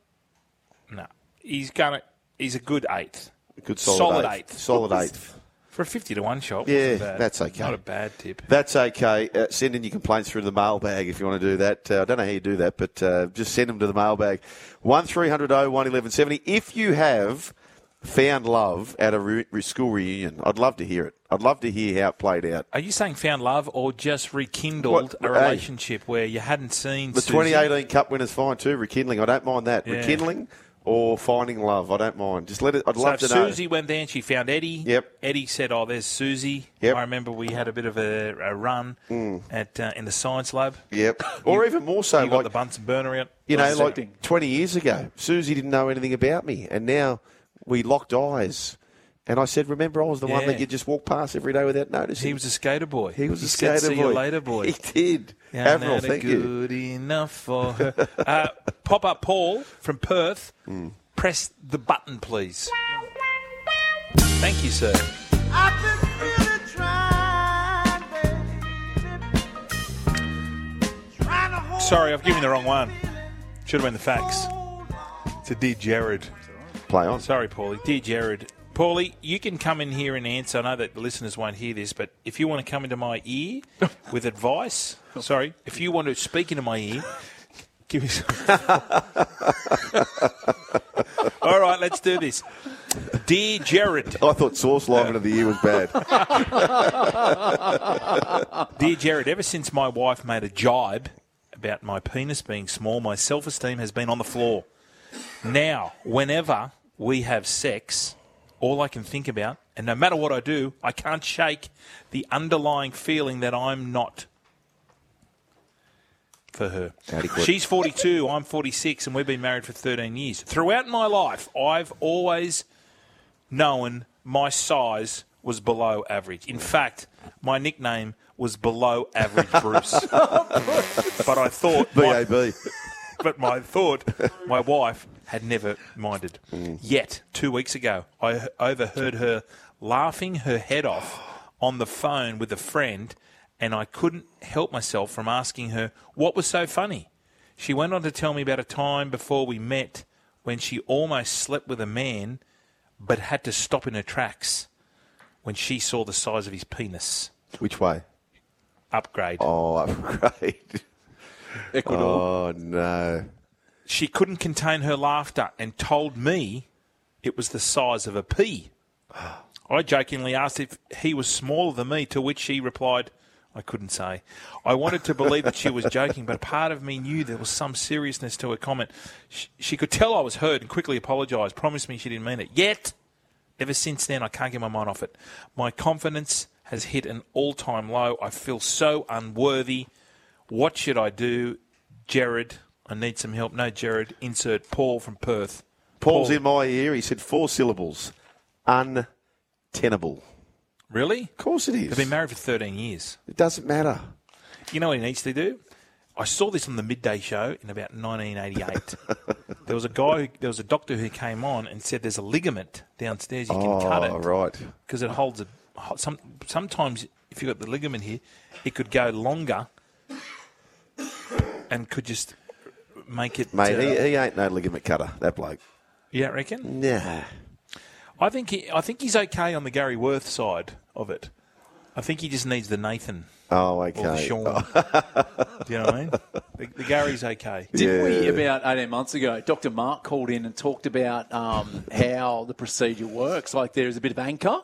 D: No, he's gonna. He's a good eighth
B: Good solid,
D: Solid
B: eighth.
D: eighth.
B: Solid eighth.
D: for a fifty to one shot.
B: Yeah,
D: wasn't bad.
B: that's okay.
D: Not a bad tip.
B: That's okay. Uh, send in your complaints through the mailbag if you want to do that. Uh, I don't know how you do that, but uh, just send them to the mailbag. 1300 01170. If you have found love at a re- re- school reunion, I'd love to hear it. I'd love to hear how it played out.
D: Are you saying found love or just
B: What-
D: rekindled a
B: hey.
D: relationship where you hadn't seen
B: The
D: Susie?
B: 2018 Cup winner's fine too, rekindling. I don't mind that.
D: Yeah.
B: Rekindling or finding love, I don't mind. Just let it, I'd
D: So
B: love
D: if
B: to know.
D: Susie went there and she found Eddie.
B: Yep.
D: Eddie said, "Oh, there's Susie."
B: Yep.
D: I remember we had a bit of a, a run at uh, in the science lab.
B: Yep. Or even more so,
D: You got
B: like
D: the Bunsen burner out.
B: You know,
E: Dissecting.
B: like 20 years ago, Susie didn't know anything about me, and now we locked eyes. And I said, Remember, I was the one
D: Yeah.
B: that you just walked past every day without noticing.
D: He was a skater boy.
B: He was a
D: said,
B: skater
D: See
B: boy.
D: you later, boy.
B: He did.
D: Yeah,
B: Avril,
D: not a
B: thank you.
D: good enough for her. uh, Pop up Paul from Perth.
B: Mm.
D: Press the button, please. Thank you, sir. Sorry, I've given you the wrong one. Should have been the facts. It's a dear Jared.
B: Play on.
D: Sorry, Paulie. Dear Jared. Paulie, you can come in here and answer. I know that the listeners won't hear this, but if you want to come into my ear with advice, sorry, if you want to speak into my ear, give me some. All right, let's do this. Dear Jared,
B: I thought Source Live of the Year was bad.
D: Dear Jared, ever since my wife made a jibe about my penis being small, my self esteem has been on the floor. Now, whenever we have sex, all I can think about, and no matter what I do, I can't shake the underlying feeling that I'm not for her.
B: Adequate.
D: She's 42, I'm 46, and we've been married for 13 years. Throughout my life, I've always known my size was below average. In fact, my nickname was below average Bruce. but I thought my,
B: BAB.
D: but my thought my wife had never minded. Yet, 2 weeks ago, I h- overheard her laughing her head off on the phone with a friend and I couldn't help myself from asking her what was so funny. She went on to tell me about a time before we met when she almost slept with a man but had to stop in her tracks when she saw the size of his penis.
B: Which way?
D: Upgrade.
B: Oh, upgrade.
E: Ecuador.
B: Oh, no.
D: she couldn't contain her laughter and told me it was the size of a pea. I jokingly asked if he was smaller than me, to which she replied, I couldn't say. I wanted to believe that she was joking, but a part of me knew there was some seriousness to her comment. She, she could tell I was hurt and quickly apologised, promised me she didn't mean it. Yet, ever since then, I can't get my mind off it. My confidence has hit an all time low. I feel so unworthy. What should I do? Jared, I need some help. No, Jared, insert Paul from Perth.
B: Paul's
D: Paul.
B: in my ear. He said four syllables. Untenable.
D: Really?
B: Of course it is.
D: They've been married for 13 years.
B: it doesn't matter.
D: You know what he needs to do? I saw this on the midday show in about 1988. there was a guy, who, there was a doctor who came on and said there's a ligament downstairs. You can cut
B: Oh,
D: it
B: right.
D: because it holds a. ho- Some, sometimes if you've got the ligament here, it could go longer and could just make it.
B: Mate,
D: uh,
B: he, he ain't no ligament cutter, that bloke.
D: you don't reckon?
B: Nah.
D: I think he, I think he's okay on the Gary Worth side of it. I think he just needs the Nathan
B: Oh,
D: or the
B: okay. Oh.
D: Sean. Do you know what I mean? The, the Gary's okay.
E: Didn't we
B: Yeah.
E: about eighteen months ago? Dr. Mark called in and talked about um, how the procedure works. Like there is a bit of anchor.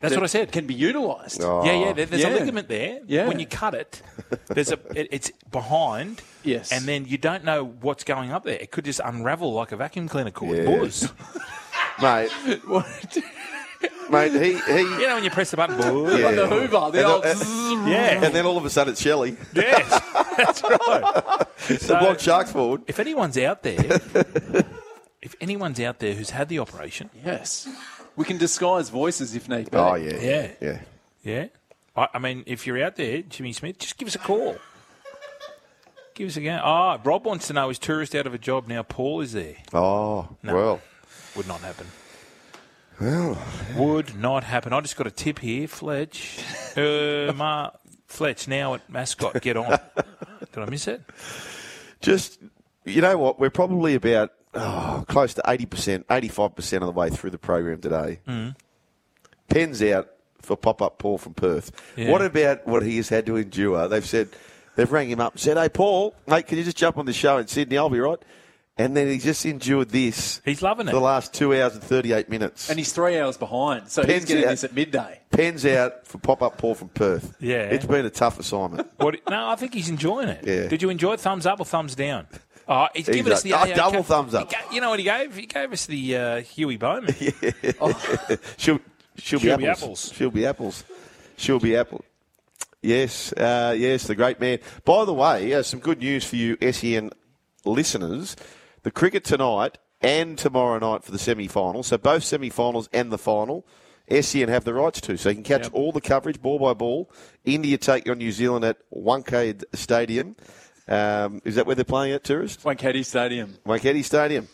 D: That's
E: that
D: what I said.
E: Can be utilised.
B: Oh.
D: Yeah, yeah. There, there's
E: Yeah.
D: a ligament there.
E: Yeah.
D: When you cut it, there's a it, it's behind.
E: Yes.
D: And then you don't know what's going up there. It could just unravel like a vacuum cleaner cord.
B: Yeah.
D: It was.
B: Mate,
E: What?
B: mate, he. he
D: You know when you press the button. boom.
E: Like the Hoover, the old.
D: Yeah.
B: And then all of a sudden it's Shelley.
D: Yes. That's right.
B: the block sharks forward.
D: If anyone's out there, if anyone's out there who's had the operation,
E: Yes. We can disguise voices if need be.
B: Oh, yeah.
D: Yeah.
B: Yeah.
D: yeah. I, I mean, if you're out there, Jimmy Smith, just give us a call. Give us a go. Ah, Rob wants to know is tourist out of a job now? Paul is there.
B: Oh, well.
D: Would not happen. Would not happen. I just got a tip here, Fletch. Uh, Ma, Fletch now at mascot. Get on. Did I miss it?
B: Just, you know what? We're probably about oh, close to 80%, 85% of the way through the program today.
D: Mm.
B: Pens out for pop up Paul from Perth.
D: Yeah.
B: What about what he has had to endure? They've said, they've rang him up and said, hey, Paul, mate, can you just jump on the show in Sydney? I'll be right. And then he just endured this.
D: He's loving it.
B: for The last two hours and 38 minutes.
E: And he's three hours behind, so he's
B: Pens
E: getting
B: out.
E: this at midday.
B: Pens out for pop up Paul from Perth.
D: Yeah.
B: It's been a tough assignment.
D: What, no, I think he's enjoying it.
B: Yeah.
D: Did you enjoy it? Thumbs up or thumbs down? Oh, he's given us the
B: like, "Oh,
D: AOK.
B: double thumbs up."
D: He ga- you know what he gave? He gave us the uh, Huey Bowman.
B: She'll, she'll,
D: She'll
B: be,
D: be
B: apples.
D: apples.
B: She'll be apples. She'll be apple. Yes, uh, yes, the great man. By the way, uh, some good news for you SEN listeners. The cricket tonight and tomorrow night for the semi-finals. So both semi-finals and the final, SEN have the rights to. So you can catch all the coverage, ball by ball. India take on New Zealand at Wankhede Stadium. Um, is that where they're playing at, Tourist?
E: Wankadi Stadium.
B: Wankhetti Stadium.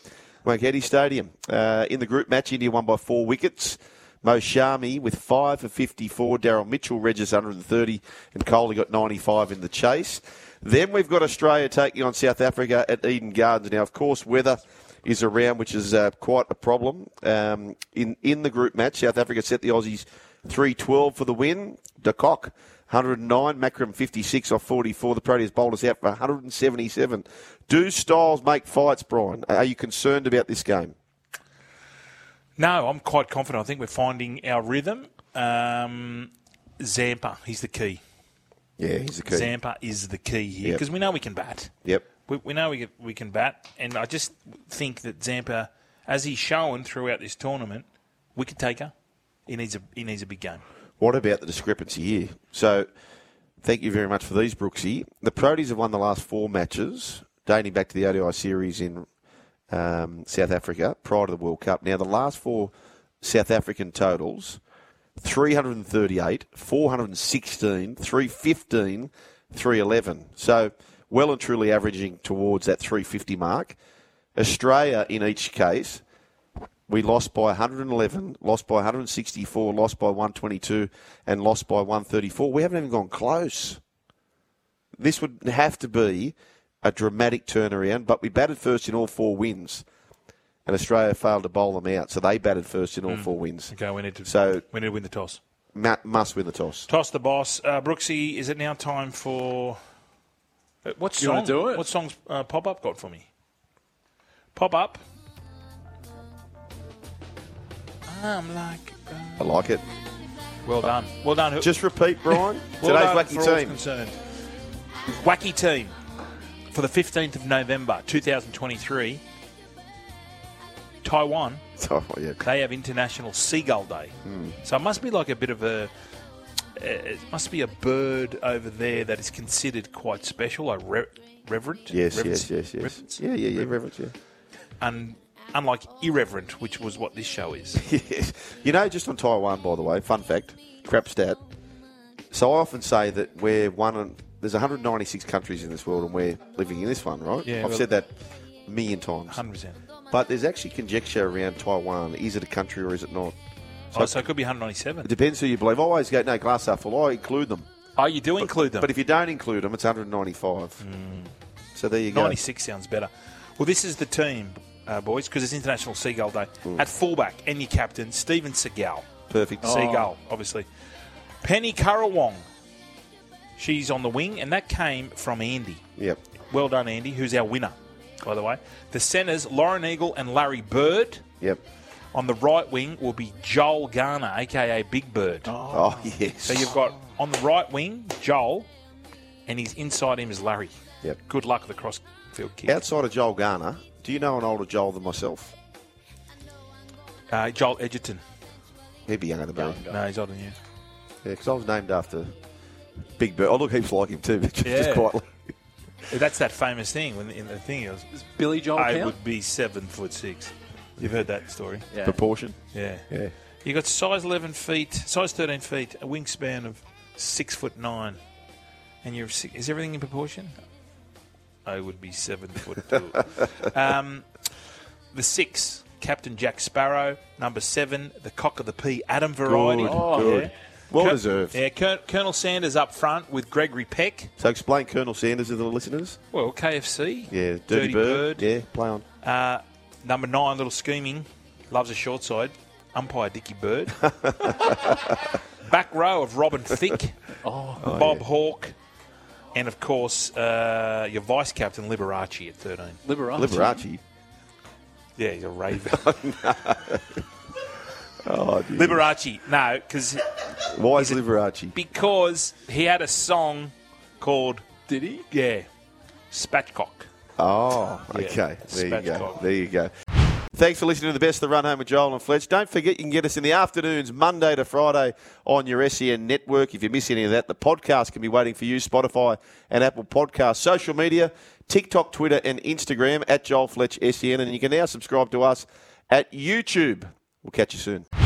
B: Wankhetti Stadium. Uh, in the group match, India won by four wickets. Mo Shami with five for 54. Daryl Mitchell registers 130, and Coley got 95 in the chase. Then we've got Australia taking on South Africa at Eden Gardens. Now, of course, weather is around, which is uh, quite a problem. Um, in in the group match, South Africa set the Aussies 312 for the win. De Kock 109, Macram 56 off 44. The Proteas bowled us out for 177. Do Styles make fights, Brian? Are you concerned about this game?
D: No, I'm quite confident. I think we're finding our rhythm. Um, Zampa, he's the key.
B: Yeah, he's the key.
D: Zampa is the key here
B: Yep.
D: because we know we can bat.
B: Yep.
D: We, we know we can, we can bat, and I just think that Zampa, as he's shown throughout this tournament, wicket taker. He needs a he needs a big game.
B: What about the discrepancy here? So, thank you very much for these, Brooksy. The Proteas have won the last four matches, dating back to the ODI series in um, South Africa prior to the World Cup. Now, the last four South African totals 338, 416, 315, 311. So, well and truly averaging towards that 350 mark. Australia, in each case, we lost by 111, lost by 164, lost by 122, and lost by 134. We haven't even gone close. This would have to be a dramatic turnaround, but we batted first in all four wins, and Australia failed to bowl them out, so they batted first in all four wins.
D: Hmm. Okay, we need to
B: So-
D: we need to win the toss.
B: Ma- must win the toss.
D: Toss the boss, uh, Brooksy. Is it now time for uh, what
E: You
D: song?
E: wanna do it?
D: What songs uh, pop up got for me? Pop up. I'm like, uh,
B: I like it.
D: well done, well done. Just
B: Just repeat, Brian.
D: well done
B: Today's
D: for all
B: wacky team.
D: concerned. Wacky team for the 15th of November 2023. Taiwan
B: Oh, yeah.
D: they have International Seagull Day.
B: Hmm.
D: So it must be like a bit of a. eh, It must be a bird over there that is considered quite special, like re- reverent.
B: Yes,
D: reverence-
B: yes, yes, yes.
D: reverence?
B: Yeah, yeah, yeah, reverence, yeah.
D: Un- unlike irreverent, which was what this show is.
B: Yes. You know, just on Taiwan, by the way, fun fact, crap stat. So I often say that we're one, and there's 196 countries in this world, and we're living in this one, right?
D: Yeah,
B: I've
D: well-
B: said that a million times.
D: 100%.
B: But there's actually conjecture around Taiwan. Is it a country or is it not?
D: oh, so it could be
B: It
D: 197.
B: depends who you believe. I always go, no, glass half full. I include them.
D: Oh, you do include them.
B: But if you don't include them, it's 195.
D: Hmm.
B: So there you go.
D: 96 sounds better. Well, this is the team, uh, boys, because it's International Seagull Day.
B: Hmm.
D: At fullback, and your captain, Steven Seagal.
B: Perfect.
D: Seagull, obviously. Penny Currawong. She's on the wing, and that came from Andy.
B: Yep.
D: Well done, Andy, who's our winner, by the way. The centres, Lauren Eagle and Larry Bird.
B: Yep.
D: On the right wing will be Joel Garner, aka Big Bird.
B: Oh, yes.
D: So you've got on the right wing, Joel, and he's inside him is Larry.
B: Yep.
D: Good luck with the crossfield kick.
B: Outside of Joel Garner, do you know an older Joel than myself?
D: Uh, Joel Edgerton.
B: He'd be younger than me.
D: No, he's older than you.
B: Yeah, because I was named after Big Bird. I look heaps like him too, but just
D: Yeah.
B: quite. Like,
D: That's that famous thing when in the thing it was,
E: Billy Joel
D: I
E: count?
D: would be seven foot six. You've heard that story.
E: Yeah.
B: Proportion.
D: Yeah.
B: Yeah.
D: You got size eleven feet, size thirteen feet, a wingspan of six foot nine, and you're six, is everything in proportion? I would be seven foot two. um, the six, Captain Jack Sparrow. Number seven, the cock of the pea, Adam Variety.
B: Good, good. Well
D: Col-
B: deserved.
D: Yeah, Col- Colonel Sanders up front with Gregory Peck.
B: So explain Colonel Sanders to the listeners.
D: Well, KFC.
B: Yeah, Dirty, Bird. Yeah, play on.
D: Uh, number nine, little scheming, loves a short side. Umpire Dickie Bird. Back row of Robin Thicke, Bob Hawke, and of course uh, your vice captain Liberace at thirteen.
E: Liberace.
B: Liberace.
D: Yeah, he's a raver.
B: Oh, dear.
D: Liberace, no, because
B: Why is Liberace?
D: because he had a song called
E: Did he?
D: yeah, Spatchcock.
B: Oh, okay. There you go.
D: Spatchcock.
B: There you go. Thanks for listening to the best of the run home with Joel and Fletch. Don't forget you can get us in the afternoons, Monday to Friday, on your SEN network. If you miss any of that, the podcast can be waiting for you, Spotify and Apple Podcasts, social media, TikTok, Twitter, and E Instagram at Joel Fletch SEN. And you can now subscribe to us at YouTube. We'll catch you soon.